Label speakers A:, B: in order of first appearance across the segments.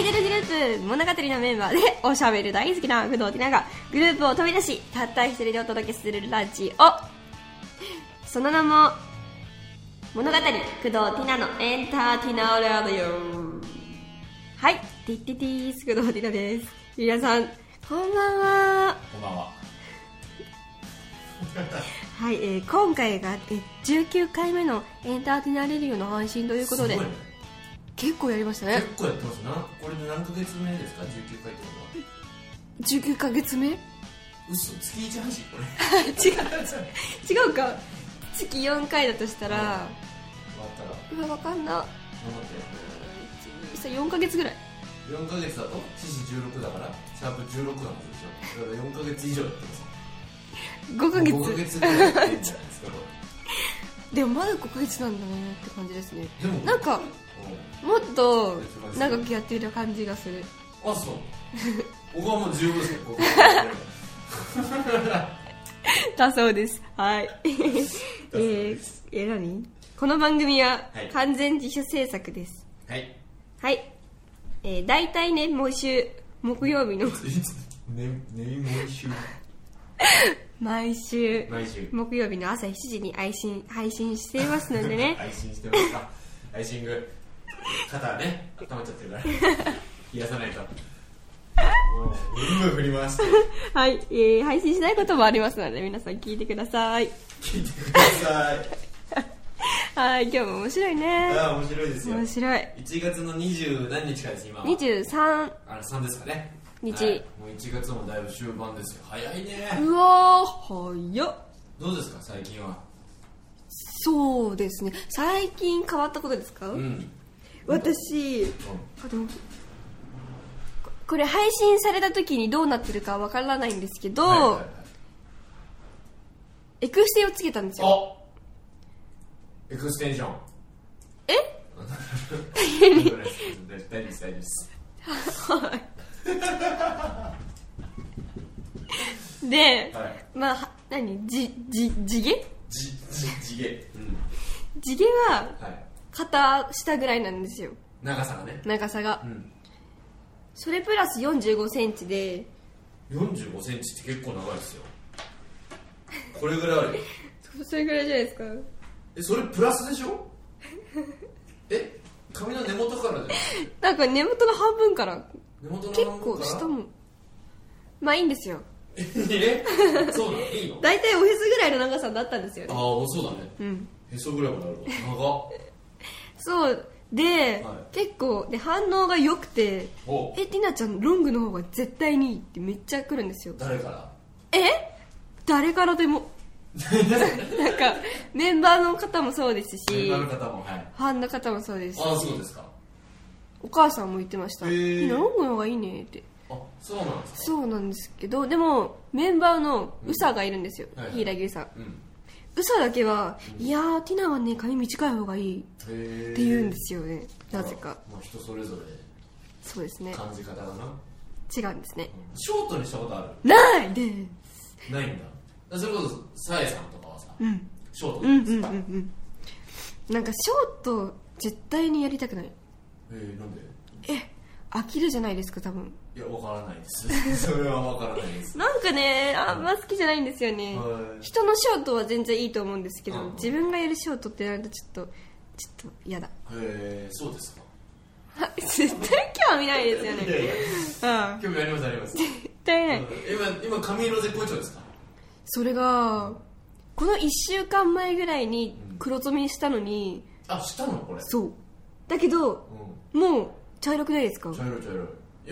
A: イドルグループ物語のメンバーでおしゃべり大好きな工藤ティナがグループを飛び出したった一人でお届けするラジオその名も物語工藤ティナのエンターティナーラジオはいティッティティース工藤ティナです皆さんこんばんは
B: こんばんは。
A: はい、えー今回がえー19回目のエンターティナーレディオの配信ということです
B: ごいね
A: 結構やりましたね
B: 結構やってますな。これで何ヶ月目ですか ?19 回ってことは。
A: 19ヶ月目違う
B: 嘘、月1配信これ。
A: 違うか月4回だとしたら
B: 終わったら、頑
A: うわわかんな
B: 張っ
A: 4ヶ月ぐらい
B: て。4ヶ月だと、四死16だから、シャープ16なんですよ。だから4ヶ月以上やってます。
A: 5ヶ月
B: 5ヶ月ぐらいやってるんじゃないですか、こ
A: でもまだ5ヶ月なんだねって感じですね
B: れ。でも、
A: なんか
B: う
A: もっと長くやってる感じがする
B: んあ、そう。僕はもう十分ですね、ここ。
A: だそうですはい え
B: そうで
A: ー
B: す、
A: え何この番組は
B: はい
A: 完全自主制作です
B: はい。
A: はい、えー、大体ね毎週木曜日の
B: ね、ね、毎週。
A: 毎週
B: 毎週。
A: 木曜日の朝7時に配信配信していますので ね
B: 配信してますかアイシング肩ね温まっちゃってるから 冷やさないともうブンブン振り回して
A: はい、えー配信しないこともありますので皆さん聞いてください
B: 聞いてください
A: はい今日も面白いね
B: ああ面白いですよ
A: 面
B: 1
A: 白い
B: 月の二十何日かです今は
A: 23
B: あの3ですかね
A: 日
B: はいもう1月もだいぶ終盤ですよ早いね
A: うわー早っ
B: どうですか最近は
A: そうですね最近変わったことですか、
B: うん、うん、
A: 私あでもここれ配信された時にどうなってるかわからないんですけど、
B: はいはいはい
A: エクステをつけたんです よ
B: おエクステンション
A: え
B: 大丈夫です大丈夫です大丈夫です
A: で、
B: はい
A: まあは何じじ地毛
B: じじ地毛うん
A: 地毛は
B: はい
A: 肩下ぐらいなんですよ
B: 長さがね
A: 長さが
B: うん
A: それプラス4 5センチで
B: 45センチって結構長いですよこれぐらいあるよ
A: そそれぐらいじゃないですか
B: えそれプラスでしょえ髪の根元からじゃない
A: なんか根元の半分から
B: 根元
A: 結
B: の半分
A: 構
B: から
A: 下もまあいいんですよ
B: えそうなのいいの
A: 大体おへそぐらいの長さだったんですよね
B: ああそうだね
A: うん
B: へそぐらいまであるわ長っ
A: そうで、
B: は
A: 結構で反応が良くて
B: お
A: えティナちゃんロングの方が絶対にいいってめっちゃ来るんですよ
B: 誰から
A: え誰からで もなんかメンバーの方もそうです
B: メン
A: し
B: バーの方もはい
A: ファンの方もそうですし
B: ああそうですか
A: お母さんも言ってました「
B: へ
A: テ
B: ー
A: ィナロングの方がいいね」って
B: あそうなんですか
A: そうなんですけどでもメンバーのウサがいるんですよ
B: はいはい
A: 柊、さん
B: うん
A: ウサだけは「いやーティナはね髪短い方がいい」
B: へえ
A: って言うんですよねなぜか
B: まあ人それぞれ
A: そうですね
B: 感じ方だなうん
A: 違うんですね
B: ショートにしたことある
A: ないです
B: ないんだだそれこそさえさんとかはさ
A: うん
B: ショート
A: う
B: なん
A: ん
B: で
A: うん
B: す
A: うん
B: か、
A: うんなんかショート絶対にやりたくない
B: えー、なんで
A: え飽きるじゃないですか多分
B: いやわからないです それはわからないです
A: なんかねあんま好きじゃないんですよね
B: はい
A: 人のショートは全然いいと思うんですけど
B: うんうん
A: 自分がやるショートってなるとちょっとちょっと嫌だ
B: へえそうですか
A: は絶対興味ないですよ
B: いやい
A: ね
B: や
A: うん
B: 興味ありますあります
A: 絶対ない
B: 今今髪色絶好調ですか
A: それがこの1週間前ぐらいに黒染めしたのに
B: あしたのこれ
A: そうだけど
B: う
A: もう茶色くないですか
B: ん茶色茶色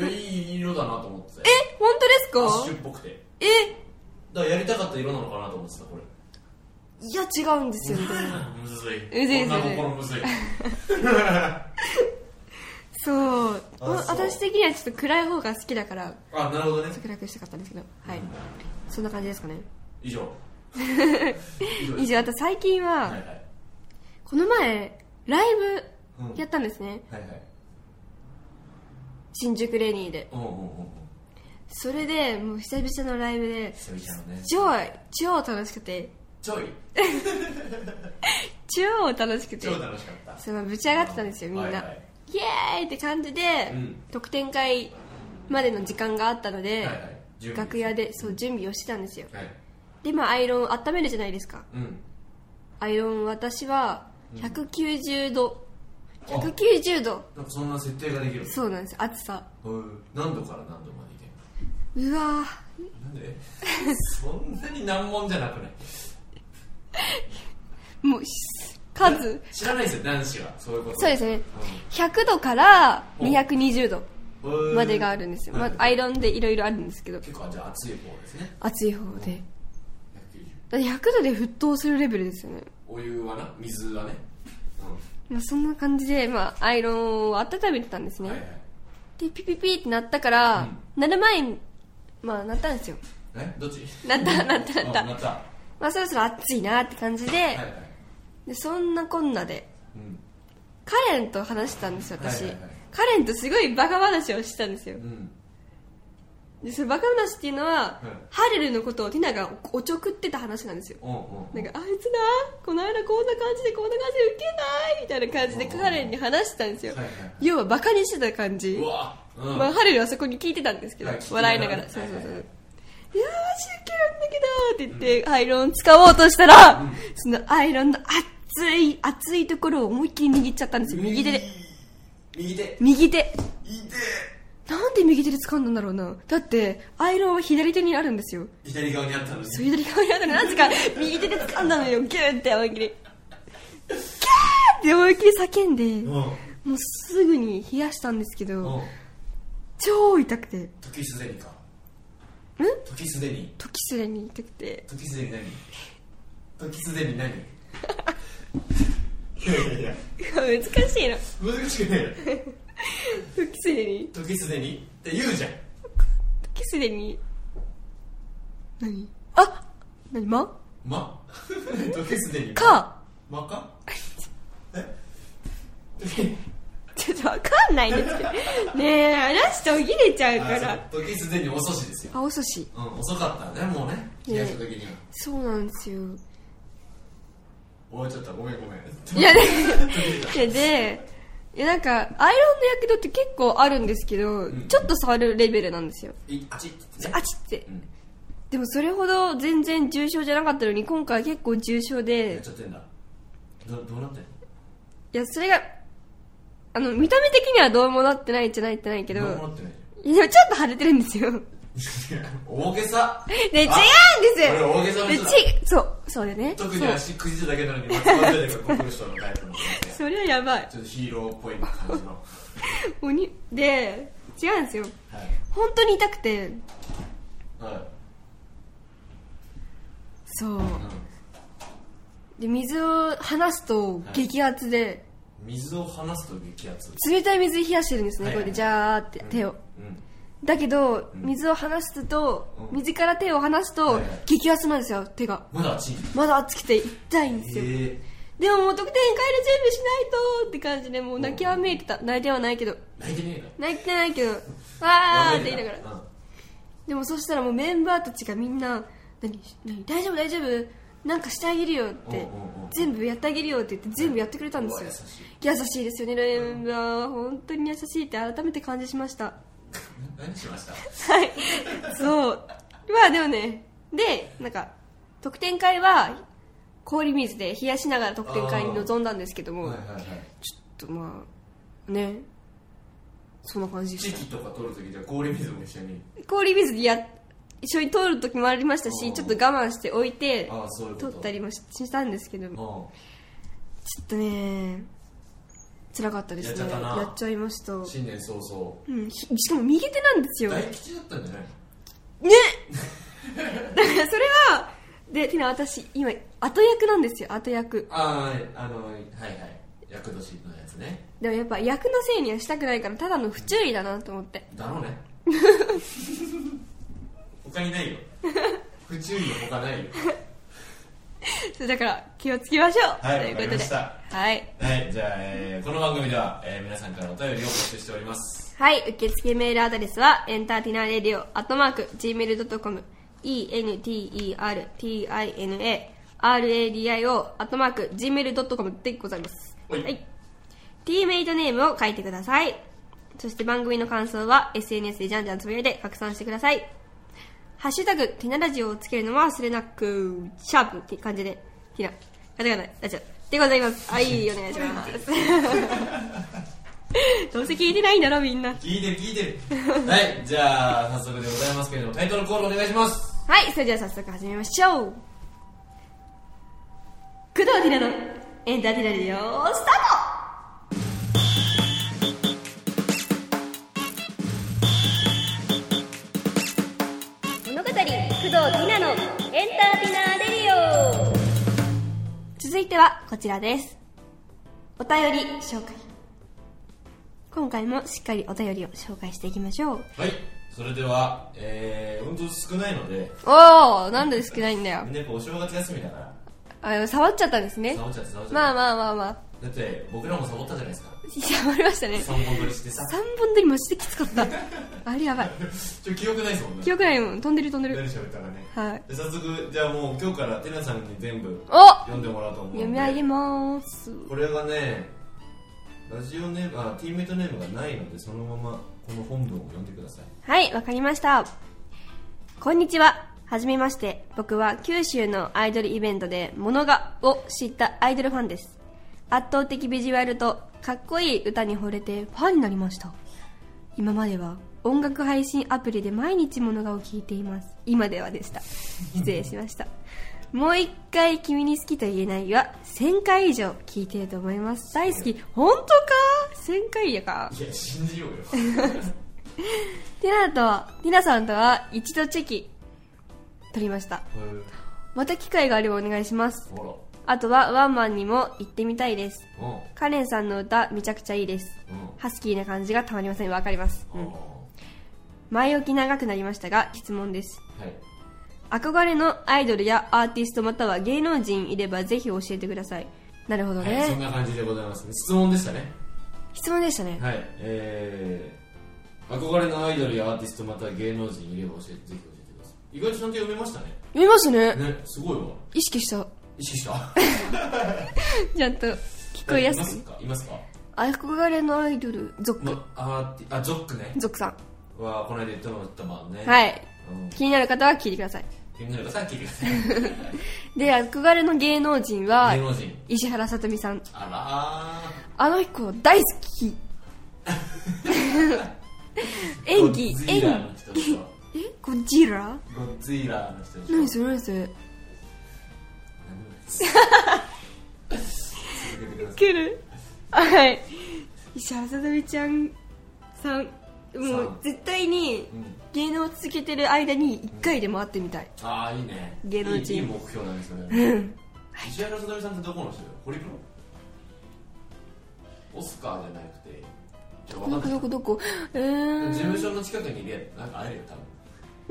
B: いやいい色だなと思って
A: え本
B: ア
A: 当
B: ッシ
A: です
B: ュ
A: か
B: っぽくて
A: え
B: だからやりたかった色なのかなと思ってたこれ
A: いや違うんですよね
B: むずい
A: むずい
B: 女心む ずい
A: そう
B: あ
A: お
B: そう
A: 私的にはちょっと暗い方が好きだから
B: あなるほどね
A: 暗くしたかったんですけどはい、そんな感じですかね
B: 以上 以上で
A: 以
B: す
A: 上あと最近は、
B: はいはい
A: この前ライ
B: うん
A: ブやったんですね、
B: はいはい
A: 新宿レニーで
B: うんうんうんうん
A: それでもう久々のライブで
B: 久々のね
A: 超超楽しくて
B: ちょい
A: 超楽しくて
B: 超楽しかった
A: そのぶち上がってたんですよみんな、
B: はいはい
A: イエーイって感じで、
B: うん
A: 特典会までの時間があったので、
B: はいはい準備
A: 楽屋でそう準備をしてたんですよ
B: はい
A: でまあアイロンを温めるじゃないですか
B: うん
A: アイロン私は190度、
B: あ
A: 190度
B: なんかそんな設定ができる
A: そうなんです暑さ
B: へー何度から何度までいける
A: うわ
B: のなんで そんなに難問じゃなくない
A: ーもうし数
B: 知らないですよ男子はそういうこと
A: そうですね100度から220度
B: うん
A: までがあるんですよ、
B: はい
A: まあ、アイロンでいろいろあるんですけど
B: 結構じゃあ熱い方ですね
A: 熱い方で
B: 190
A: だって100度で沸騰するレベルですよね、
B: お湯はな水はね
A: まあ、そんな感じで、まあ、アイロンを温めてたんです
B: うん
A: ね、
B: はいはい
A: でピピピってなったから、鳴る前にまあ鳴ったんですよ
B: えどっち
A: 鳴った鳴った鳴
B: あ
A: った
B: なったは
A: まあそろそろ暑いなって感じで,、
B: いはい
A: でそんなこんなで
B: うん
A: カレンと話してたんですよ私、
B: はいはいはい
A: カレンとすごいバカ話をしてたんですよ
B: うん
A: でそのバカ話っていうのは、
B: い
A: ハレルのことをティナがおおちょくってた話なんですよ
B: うんうん
A: なんかあいつなこの間こんな感じでこんな感じでウケないみたいな感じでカレンに話してたんですよ、
B: はいはいはい
A: 要はバカにしてた感じ
B: うわうん
A: まあ、ハレルはそこに聞いてたんですけど、
B: はい聞き
A: 笑いながら、そうそうそう、
B: はい
A: いや
B: はいはい
A: ーマジウケるんだけどって言って、アイロン使おうとしたら、
B: うん
A: そのアイロンの熱い熱いところを思いっきり握っちゃったんですよ右手で
B: 右手
A: 右手
B: 右手
A: なんで右手で掴んだんだろうなだってアイロンは左手にあるんですよ
B: 左側にあったのに
A: そう左側にあるのになぜか右手で掴んだのよギューって思いっきりギューって思いっきり叫ん
B: う
A: で
B: ん
A: もうすぐに冷やしたんですけ
B: う
A: ど
B: ん
A: 超痛くてん
B: 時すでにか時すでに
A: 時すでに痛くて
B: 時すでに何時すでに何いやいやいや
A: 難しいの
B: 難しくないよ
A: 時すでに
B: 時すでにって言うじゃん
A: 時すでに何あ何ま
B: ま 時すでに
A: か
B: ま かえ時
A: ちょっとわかんないんですけどねえ話途切れちゃうか
B: あ
A: ら
B: そう時すでに遅しですよ
A: あお寿司
B: うん遅かったねもうね冷やした時には
A: そうなんですよ
B: おいちょっとごめんごめん
A: いやでででいやなんかアイロンのやけどって結構あるんですけど、
B: ん
A: ちょっと触るレベルなんですよ
B: いあちっね
A: あちって
B: うん
A: でもそれほど全然重症じゃなかったのに今回結構重症
B: やっ
A: で
B: ちゃってんだどどうなってんの
A: いやそれがあの見た目的にはどうもなってないんじゃないってないけど
B: どうもなってない
A: いやでもちょっと腫れてるんですよ。ね、
B: じゃ んいや大げさ
A: 違うんで
B: あ
A: すよ
B: 俺大げさな人だ
A: でちそう、そうだよね。
B: 特に足くじってだけなのに松本零士が国人のタイプの
A: そうそりゃやばい。
B: ちょっとヒーローっぽい感じのは
A: 鬼、で、違うんですよ。
B: い
A: 本当に痛くて、
B: は
A: そう。
B: い、
A: で、水を離すと
B: い
A: 激圧で、
B: うん、水を離すと激圧
A: 冷たい水で冷やしてるんですね、
B: はい
A: これで、じゃーって、手を。
B: うん
A: だけど、水を離すと、
B: うん
A: 水から手を離すと、
B: はいはい
A: 激圧なんですよ、手が。
B: まだ熱い
A: まだ熱くて痛いんですよ。
B: え
A: でももう得点変える準備しないとって感じで、もう泣きはめいてた。泣いてはないけど。
B: ー、泣いてねえな
A: 泣いてない けど「わー」って言いながら
B: うん
A: でもそしたらもうメンバーたちがみんな「何何大丈夫大丈夫なんかしてあげるよ」っ
B: おうお
A: て
B: うおう
A: 全部やってあげるよって言って全部やってくれたんですよ
B: うわ優
A: 優し
B: しい
A: いですよねメンバーは本当に優しいって改めて感じしました
B: 何しました
A: はい そうまあでもねでなんか特典会は氷水で冷やしながら特典会に臨んだんですけども
B: はいはいはい
A: ちょっとまあねそんな感じで
B: チ
A: した
B: キとか取るときじゃあ氷水も一緒に
A: 氷水でや一緒に通る時もありました
B: う
A: し
B: ん
A: ちょっと我慢して置いて
B: ああそういうこと
A: 取ったりもししたんですけどちょ
B: う
A: っとね辛かったですね
B: やっちゃったな
A: やっちゃいました、
B: ん新年早々
A: うん、ひしかも右手なんですよね
B: 大吉だったんじゃない
A: だからそれはでてな私今後役なんですよ後役
B: あああのはいはい厄年のやつね
A: でもやっぱ役のせいにはしたくないからただの不注意だなと思って
B: だろう ね他にないよ不注意の他ないよ
A: それだから気をつけましょう、
B: はい
A: ということ
B: わかり
A: で
B: ました
A: はい
B: はいじゃあ、えーこの番組では、えー皆さんからお便りを募集しております
A: はい、受付メールアドレスは、エンターティナーレディオ、アットマーク、gmail.com、entertina, radio, アットマーク、gmail.com でございます。
B: はい
A: はい。ティーメイトネームを書いてくださいそして番組の感想は SNS でじゃんじゃんつぶやいて拡散してくださいハッシュタグティナラジオをつけるのは忘れなくシャープって感じでティナカタカナラジオでございますはいお願いします どうせ聞いてないんだろみんな
B: 聞いてる聞いて るはいじゃあ早速でございますけれどもタイトルコールお願いします
A: はい、それでは早速始めましょう。工藤ティナのエンターティナリオスタート物語、工藤ティナのエンターティナレディオ続いてはこちらです。お便り紹介。今回もしっかりお便りを紹介していきましょう。
B: はいそれではえー、本当少ないので
A: おー、なんで少ないんだよ
B: み。んなやっぱお正月休みだから
A: あ触っちゃったんですね
B: サボっちゃってサボっちゃって
A: まあまあまあまあ
B: だって僕らもサボったじゃないですか
A: やまりましたね
B: 3本撮りして さ
A: 3本撮りマジできつかったあれやばい
B: ちょ記憶ないですもんね
A: 記憶ないもん飛んでる飛んで
B: 何
A: る
B: 喋ったかね
A: はい
B: で早速じゃあもう今日からてなさんに全部
A: お
B: 読んでもらおうと思うんで
A: 読み上げまーす
B: これがねラジオネームあティーメイトネームがないのでそのままこの本文を読んでください
A: はいわかりましたこんにちははじめまして僕は九州のアイドルイベントで「モノガ」を知ったアイドルファンです圧倒的ビジュアルとかっこいい歌に惚れてファンになりました今までは音楽配信アプリで毎日モノガを聴いています今ではでした失礼しましたもう一回君に好きと言えないは1000回以上聞いてると思います大好き本当か1000回やか
B: いや信じようよ
A: ティナとは、ティナさんとは一度チェキ取りました。また機会があればお願いします。
B: ほ
A: あとはワンマンにも行ってみたいです。
B: らうん
A: カレンさんの歌めちゃくちゃいいです。ハスキーな感じがたまりません。わかります。
B: う
A: うん
B: うん
A: ん。
B: は
A: 前置き長くなりましたが、質問です。
B: い
A: 憧れのアイドルやアーティストまたは芸能人いればぜひ教えてください。なるほど
B: はい、そん
A: ね。
B: な感じでございますね質問でしたね
A: 質問でしたね。
B: はいえー、憧れのアイドルやアーティストまたは芸能人いれば教えてぜひ教えてください意外とちゃんと読めましたね
A: 見ますね。
B: ねすごいわ
A: 意識した。
B: 意識した
A: ちゃんと聞こえや
B: いますす
A: く。
B: かいますか
A: 憧れのアイドル、ゾック。
B: まあーティあジョックね
A: ゾックさん。
B: はこの間言ったのだったもんねい、
A: はい。
B: うん、
A: 気になる方は聞いてください
B: 気になる方は聞いてください
A: で憧れの芸能人 は
B: 芸能人
A: 石原さとみさん
B: あ
A: あの子大好 き
B: らー
A: 演技
B: ゴッツイ
A: 演
B: ラーの人でしょ
A: えゴジラ
B: ゴッツイラーの人でしょ
A: 何それ何それ
B: 何もないです続けてください
A: 来るはい石原さとみちゃんさんも
B: さ
A: うん絶対に
B: うん
A: 芸能を続けてる間に1回でも会ってみたい
B: ああいいね
A: 芸能人
B: いいいい目標なんですよね石原さとみさんってどこの人よホリプロオスカーじゃなくてちょっと
A: ど
B: わ
A: こ
B: かんな
A: ど
B: い
A: こどこえー
B: 事務所の近くにいるやつなんか会えるよ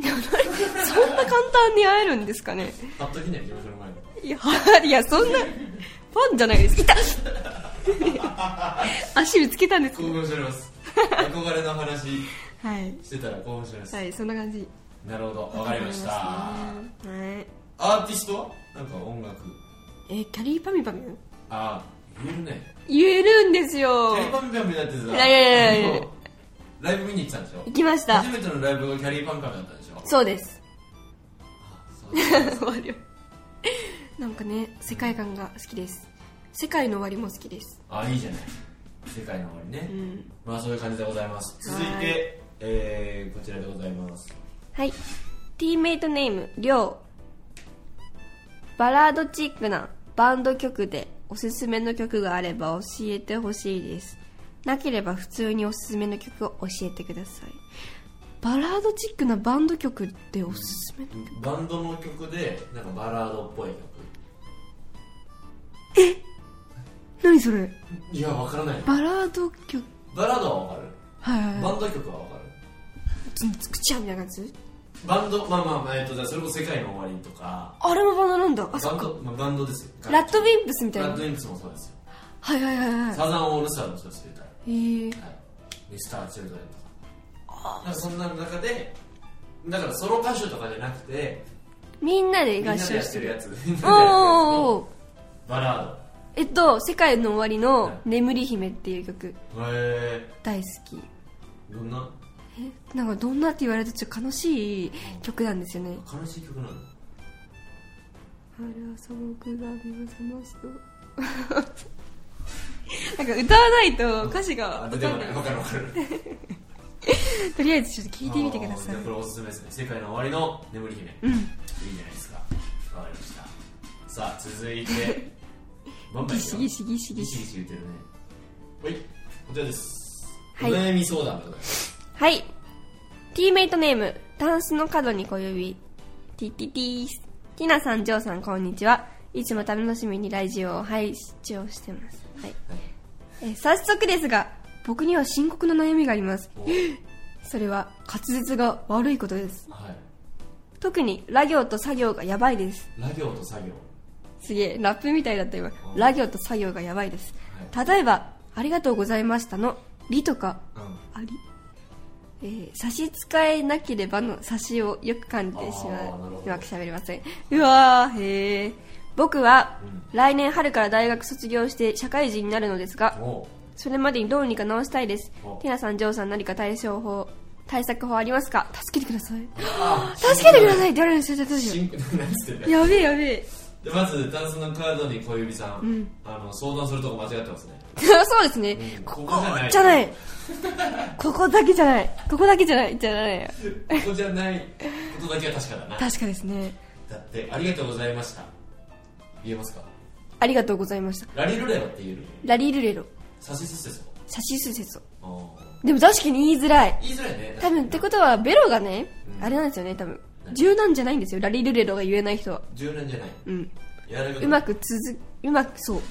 B: 多分
A: そんな簡単に会えるんですかね
B: パッと来ない事務所の前に
A: いや、 いや、そんな、ファンじゃないです。いた 足ぶつけたんですけ
B: 興
A: ど。
B: 奮しております憧れの話
A: はい。
B: してたら興奮しております、
A: はい、そんな感じ。
B: なるほどわかりました
A: はい。
B: アーティストはなんか音楽
A: え、キャリーパミュパミュ
B: ああ言えるね
A: 言えるんですよ
B: キャ。リーパンピャンピだってさ
A: いやいやいやいや
B: あのライブ見に行ってたんでしょ
A: 行きました
B: 初。めてのライブがキャリーパンピャンピだったんでしょ
A: そうです。
B: そう
A: 終わるなんかね、世界観が好きです。世界の終わりも好きです。
B: あいいじゃない世界の終わりね、
A: うん。
B: まあそういう感じでございます続い
A: は
B: て、えー、こちらでございます
A: はい。ティーメイトネーム、りょう。バラードチックなバンド曲でおすすめの曲があれば教えてほしいです。なければ普通におすすめの曲を教えてください。バラードチックなバンド曲でおすすめの
B: バンドの曲でなんかバラードっぽい曲
A: 何それ
B: いやわからない
A: バラード曲
B: バラードはわかる
A: はいはい
B: バ
A: は
B: ンド曲はわかる
A: い。つんつくちゃみたいな感じ
B: バンドまあまあまあえっとじゃあそれこそ世界の終わりとか
A: あれもバンドなんだ。
B: バ
A: あ、そっ
B: ン
A: か。
B: ド、まあ、バンドですよ
A: ラッドウィンプスみたいな。
B: ラッ
A: は
B: ド
A: い
B: インプスもそうですよ
A: はいはいはい。
B: サザンオールスターの人たちで歌う
A: えー、
B: はい、ミスター・チルドレンとかなんかそんな中でだからソロ歌手とかじゃなくて
A: みんな
B: み
A: で
B: んな
A: 合
B: で
A: 唱
B: やっ
A: してて
B: る
A: る。
B: やつみんなでやってるやつ
A: おーおーお
B: のバラード
A: えっと「世界の終わり」
B: は
A: の「
B: い
A: 眠り姫」っていう曲
B: え
A: 大好き
B: ー、どんな
A: えなんかどんなって言われるとちょっと悲しい曲なんですよね
B: 悲しい曲なの
A: 「春は素朴が目を覚ますと」なんか歌わないと歌詞が
B: あ
A: 分
B: 出て
A: か
B: こ
A: ん
B: な
A: ない
B: いわかるわかる
A: とりあえずちょっと聞いてみてください
B: あーじゃあこれおすすめですね世界の終わりの眠り姫、
A: うん
B: いいじゃないですかわかりましたさあ続いてバンバ
A: ギ
B: ンいく
A: シ
B: よ
A: ギシギシギ
B: ギ
A: シ
B: シギシ言ってるねはいこちらです、
A: はい
B: お悩み相談でござ います
A: はい。ティーメイトネーム、タンスの角に小指。ティティティース。ティナさん、ジョーさん、こんにちは。いつも楽しみにラジオを配聴してます。はい。えー早速ですが、僕には深刻な悩みがあります。それは、滑舌が悪いことです。
B: おはい
A: 特に、ラ行と作業がやばいです。
B: ラ行と作業
A: すげえ、ラップみたいだった今。ラ行と作業がやばいです。
B: は
A: 例えば、ありがとうございましたの、りとか、
B: うん
A: あり、えー差し支えなければの差しをよく感じてし
B: あーな
A: ま
B: る
A: う
B: ほ
A: う
B: ど
A: まく喋れませんうわーへえ僕は
B: う
A: 来年春から大学卒業して社会人になるのですが
B: おう
A: それまでにどうにか直したいです
B: お
A: ティナさんジョーさん何か対処法対策法ありますか助けてください
B: あ
A: 助けてくださいって言われるんですよどうしよ
B: 深刻なやつって
A: う やべえやべえ
B: でまずダンスのカードに小指さん、
A: ん
B: あの相談するとこ間違っ てますね
A: そうですね、
B: うん
A: こ
B: こ
A: こ
B: こじゃない
A: じゃないここだけじゃないここだけじゃないじゃないよ
B: ここじゃないことだけは確かだな
A: 確かですね
B: だってありがとうございました言えますか
A: ありがとうございました
B: ラリルレロって言える
A: ラリルレロ
B: 差しすせそ
A: 写真数説を
B: あー
A: でも確かに言いづらい
B: 言いづらいね
A: 多分ってことはベロがね、
B: うん
A: あれなんですよね多分
B: 何
A: 柔軟じゃないんですよラリルレロが言えない人は
B: 柔軟じゃない
A: うん
B: やる
A: うまく続うまくそう
B: うん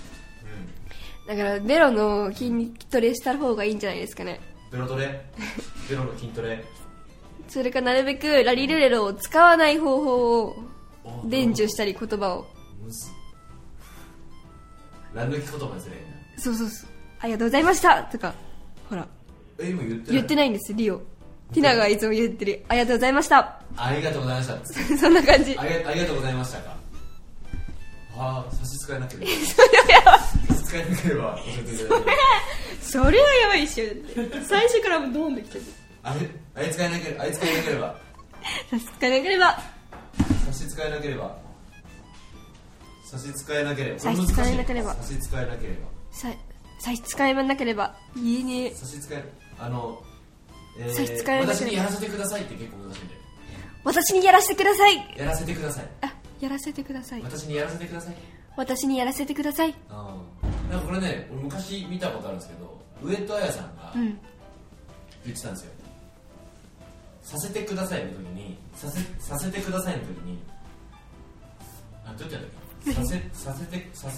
A: だからベロの筋トレした方がいいんじゃないですかね
B: ベロトレベロの筋トレ
A: それかなるべくラリルレロを使わない方法を
B: あ ー
A: 伝授したり言葉を
B: むずラ抜き言葉ですね
A: そうそうそうありがとうございましたとかほら
B: え今言ってない
A: 言ってないんですリオティナがいつも言ってるありがとうございました
B: ありがとうございましたっつって
A: そんな感じ
B: ありがありがとうございましたかああ差し支えなければ差し支えなければ教えていただければ
A: それはやばいっしょだって最初からもうドーンできてる
B: あれあいつがいなければあいつがいなければ
A: 差し支えなければ
B: 差し支えなければ差し支えなければ
A: 差し支えなければ
B: 差し支えなければ
A: さ差し支えなければ言えねえ
B: 差し支えあの、えー
A: 差し支えなければ
B: 私にやらせてくださいって結構難しいんで
A: 私にやらせてください
B: やらせてください
A: あやらせてください
B: 私にやらせてください
A: 私にやらせてください
B: ああなんかこれね俺昔見たことあるんですけど上戸彩さんが
A: うん
B: 言ってたんですよ、させてくださいの時にさせさせてくださいの時にあどうやってやったっけさせさせてさせ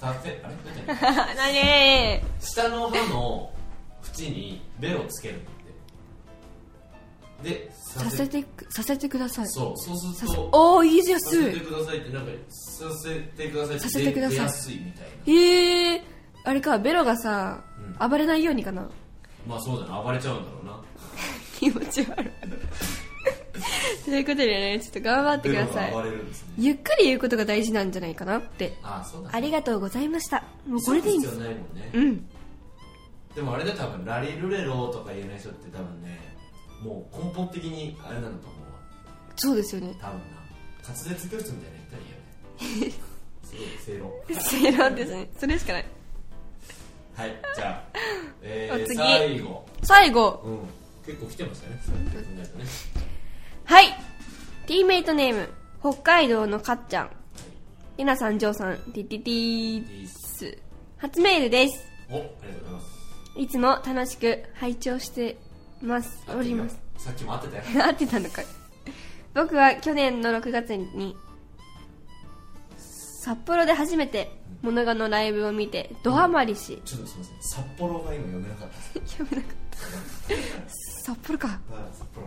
B: させあれどうやってやったっけ
A: なね
B: 下の歯の縁にベロをつけるんだってでさ
A: させてくさせてください
B: そうそうす
A: さ
B: る
A: せ
B: と
A: おーいいじゃん
B: さ
A: す
B: せて
A: い
B: くださいってなんかさせてくださいって
A: させてください
B: 出やすいみたいな
A: えー、あれかベロがさ、
B: う
A: 暴れないようにかな
B: まあそうだな暴れちゃうんだろうな
A: 気持ち悪 いということでねちょっと頑張ってくださ
B: ベロが
A: い
B: 暴れるんですね
A: ゆっくり言うことが大事なんじゃないかなって
B: ああそうだ
A: ありがとうございましたもうこれでいいんで
B: 急
A: す
B: ぐ必要ないもんね、
A: うん
B: でもあれで多分ラリルレロとか言えない人って多分ねもう根本的にあれなんだと思うわ
A: そうですよね
B: 多分な滑舌教室みたいなの行ったらいいよねすごい正論
A: 正論ですねそれしかない
B: はい、じゃあ、え
A: お次
B: ー、最後、
A: 最後
B: うん、結構来てましたね。ね
A: はいティーメイトネーム北海道のかっちゃんりなさんじょうさんティティティース初メールです
B: お、ありがとうございます。
A: いつも楽しく拝聴してますお
B: 合って
A: り
B: るよ
A: ます。
B: さっきも合ってたよ。
A: 合ってたのかい僕は去年の6月に札幌で初めてモノガのライブを見てドハマりし
B: ちょっとすみません、札幌が今読めなかったです。
A: やめなかった札幌か
B: はい、札幌。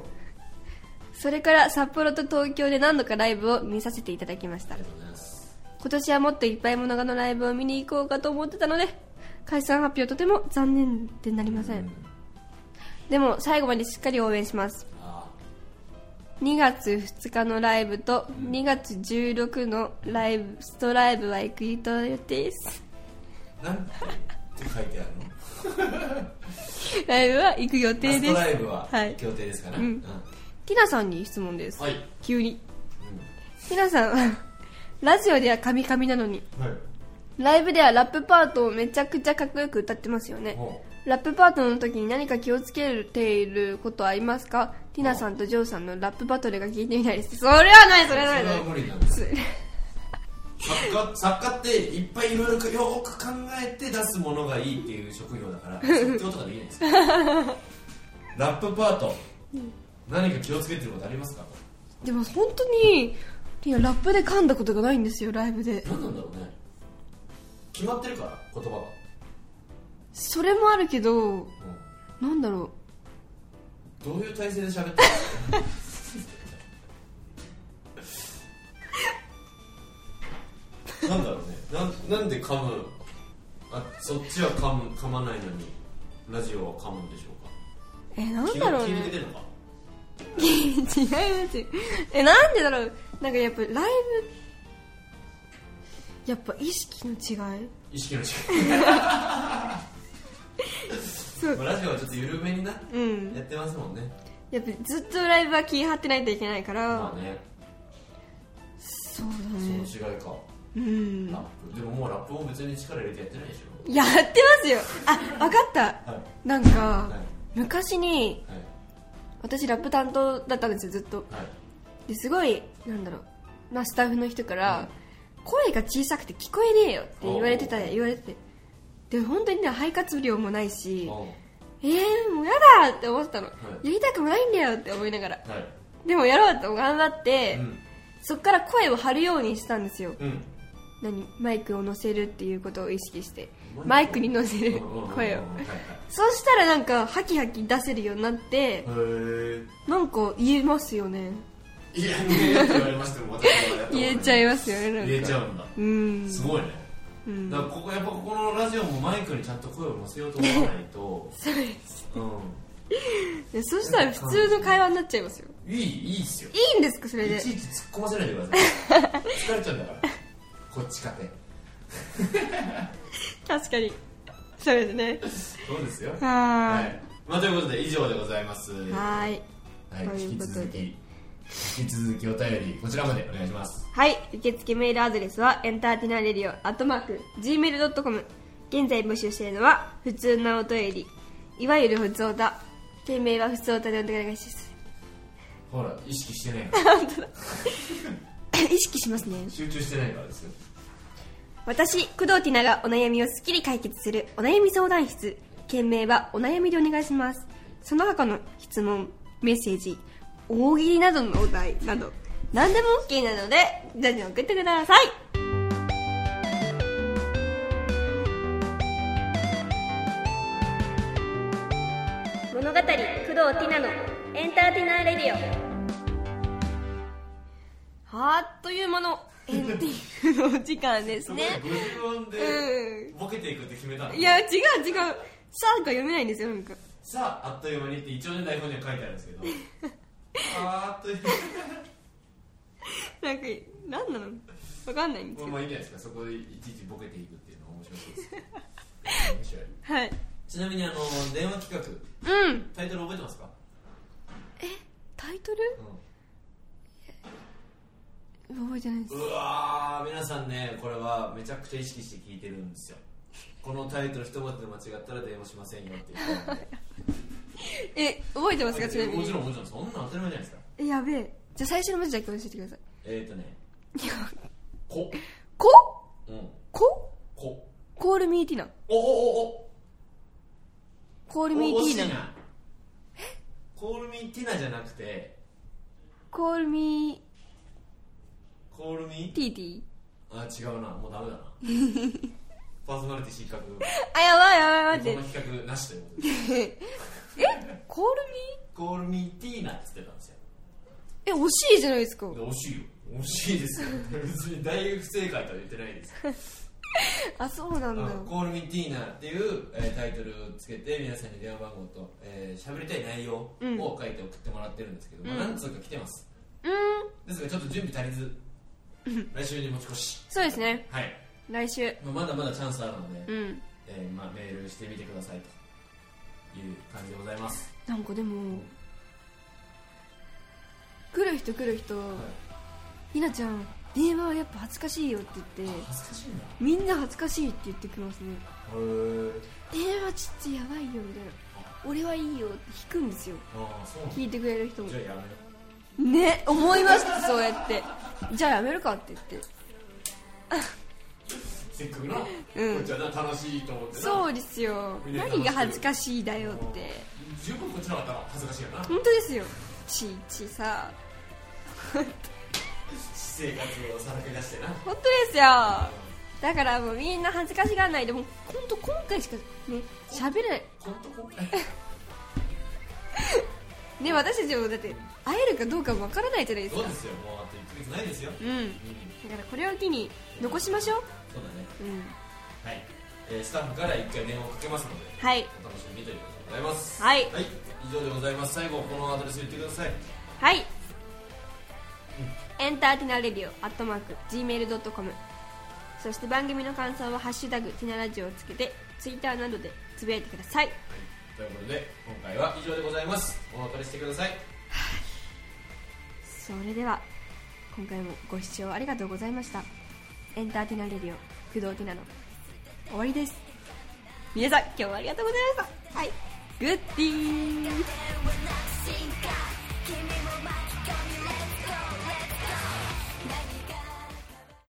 A: それから札幌と東京で何度かライブを見させていただきまし
B: あ
A: た
B: りがとうございます。
A: 今年はもっといっぱい物がのライブを見に行こうかと思ってたので解散発表とても残念でなりませ
B: うん
A: んでも最後までしっかり応援します
B: あ
A: 2月2日のライブと2月16のライブストライブは行く予定です
B: なんて書いてあるの
A: ライブは行く予定
B: ラス
A: で
B: ト
A: す
B: ライブは
A: はい
B: 協定ですから、
A: うん
B: うん
A: ティナさんに質問です、
B: はい、
A: 急にティナさんはラジオではカミカミなのに
B: うん、はい
A: ライブではラップパートをめちゃくちゃかっこよく歌ってますよね
B: も
A: ラップパートの時に何か気をつけていることはありますかティナさんとジョーさんのラップバトルが聞いてみたいですそれはないそう
B: そ
A: れ
B: れ
A: はない
B: は無理なんです
A: それ
B: 作家作家っていっぱいいろいろよく考えて出すものがいいっていう職業だ から即興とかできないんですよラップパート何か気をつけてることありますか
A: でも本当にティナラップで噛んだことがないんですよライブで
B: 何なんだろうね決まってるから言葉が、
A: それもあるけどなんだろ
B: うん、どういう体勢で喋ってるの なんだろうねなんなんで噛むあそっちは噛む噛まないのにラジオは噛むんでしょうか
A: うえなんだろう
B: 気が気
A: ね
B: 抜けてるのか
A: 違いますよえなんでだろうなんかやっぱライブやっぱ意識の違い
B: 意識の違い
A: そう
B: まあラジオはちょっと緩めにな、
A: うん
B: やってますもんね
A: やっぱずっとライブは気張ってないといけないから、
B: まあね
A: そうだ
B: その
A: ね
B: 違いか、
A: うん
B: ラップでももうラップも別に力入れてやってないでし
A: やってますよあわかった
B: ょはい
A: なんか、
B: はい
A: 昔に
B: はい
A: 私ラップ担当だったんですよずっと
B: はい
A: ですごいなんだろう、まあ、スタッフの人から、声が小さくて聞こえねえよって言われてた
B: おう
A: 言われててで本当にね肺活量もないし
B: おう
A: えー、もうやだって思ってたの、やりたくもないんだよって思いながら
B: はい
A: でもやろうと頑張って、
B: うん
A: そっから声を張るようにしたんですよ
B: うん
A: 何マイクを乗せるっていうことを意識してマ
B: マ
A: イ
B: イ
A: ク
B: ク
A: に乗せる
B: うんうんうんう
A: 声
B: ん
A: を
B: はいはい
A: そうしたらなんかハキハキ出せるようになって
B: へ
A: なんか言えますよね
B: えいやねえって言われましても私はやったことな
A: 言えちゃいますよねなんか
B: 言えちゃうんだ
A: うん
B: すごいね
A: うん
B: だからここやっぱここのラジオもマイクにちゃんと声を乗せようと思わないと
A: そうです
B: う
A: でそしたら普通の会話になっちゃいますよ
B: んいいいいっすよ
A: いいんですかそれで
B: いちいち突っ込ませないでくだ さい疲れちゃうんだからこっちかて
A: 確かにそうですね
B: そうですよ
A: はーい
B: いまあ、ということで以上でございますは
A: はーい
B: い
A: とい
B: 引
A: う
B: き
A: こと
B: 続
A: で
B: き引き続きお便りこちらまでお願いします
A: はい受付メールアドレスはエンターティナレディオアットマーク Gmail.com 現在募集しているのは普通のお便りいわゆる普通歌件名は普通歌でお願いします
B: ほら意識してない
A: 意識しますね
B: 集中してないからですよ
A: 私工藤ティナがお悩みをすっきり解決するお悩み相談室件名はお悩みでお願いしますその他の質問メッセージ大喜利などのお題など何でも OK なのでじゃんじゃん送ってください物語工藤ティナのエンターテイナーレディオはあっという間のエンディングのお時間ですね
B: すごい50音でボケていくって決めたの、
A: いや違う違うさあが読めないんですよなんか
B: さああっという間にって一応ね台本には書いてあるんですけどあーっという
A: なんか何なのわかんないんですけ
B: 間
A: ど
B: にまあいいんじゃないですかそこでいちいちボケていくっていうのは面白そうです面白い
A: はい
B: ちなみにあの電話企画
A: うん
B: タイトル覚えてますか、
A: タイトル覚えてないです
B: うわー皆さんねこれはめちゃくちゃ意識して聞いてるんですよこのタイトル一文字で間違ったら電話しませんよって言ったんで
A: え覚えてますかちなみ
B: もちろ
A: に
B: んもちろんそんな当たり前じゃないですか
A: えやべえじゃあ最初の文字だけ教えてください
B: えっ、ー、とね
A: いや
B: 「こ」
A: こ
B: うん
A: こ
B: 「こ
A: コールミーティナ」
B: おおおお
A: コールミー
B: お惜
A: テ
B: し
A: ィ
B: い
A: ナ
B: なコールミーティナじゃなくて
A: コールミ
B: コールミ
A: ーティーティー
B: ーあ違うなもうダ メだなパーソナリティ失格こ
A: あやばいやばい待っ
B: の企画なしということで
A: てえコールミ
B: コールミーティーナっつってたんですよ
A: ーえ惜しいじゃないですか
B: で惜しいよ惜しいですよ別に大不正解とは言ってないです
A: あそうなんだ
B: あのコールミティーナっていう、えータイトルをつけて皆さんに電話番号と喋、えー、喋りたい内容
A: うん
B: を書いて送ってもらってるんですけど、まあ、何通か来てます
A: うん
B: ですがちょっと準備足りず来週に持ち越し
A: そうですね
B: はい
A: 来週
B: まあまだまだチャンスあるので、
A: うん
B: えーまあ、メールしてみてくださいという感じでございます、
A: なんかでも来る人来る人、ひなちゃん電話はやっぱ恥ずかしいよって言って
B: 恥ずかしいんだ
A: みんな恥ずかしいって言ってきますね
B: へー
A: 電話ちょっとやばいよみたいな俺はいいよって引くんですよ
B: ああそうなんだ
A: 聞いてくれる人も
B: じゃあやめよ
A: ね思いました そうやってじゃあやめるかって言って
B: せっかくな、こ
A: うん
B: っちはな楽しいと思ってな
A: そうですよ
B: みんな楽しい
A: 何が恥ずかしいだよって
B: 十分こっちの方が恥ずかしいよな
A: 本当ですよちいちさ
B: 私生活をさらけ出してな
A: 本当ですよだからもうみんな恥ずかしがらないでもう本当今回しかね喋れない
B: 本当今回
A: ね私たちもだって会えるかどうかわからないじゃないです
B: そう
A: か
B: ですよもうあと1ヶ月ないですよ、う、
A: うんんだからこれを機に残しましょう
B: そうだね
A: うん
B: はい、えースタッフから1回電話をかけますので
A: はい
B: お楽しみにということでございます
A: はい
B: はい、以上でございます最後このアドレス言ってください
A: はいエンターティナレディオアットマーク Gmail.com そして番組の感想は「ハッシュタグティナラジオ」をつけてツイッターなどでつぶやいてください
B: ということで今回は以上でございますお別れしてください
A: それでは今回もご視聴ありがとうございましたエンターティナレディオ工藤ティナの終わりです皆さん今日はありがとうございましたはいグッディー
C: When I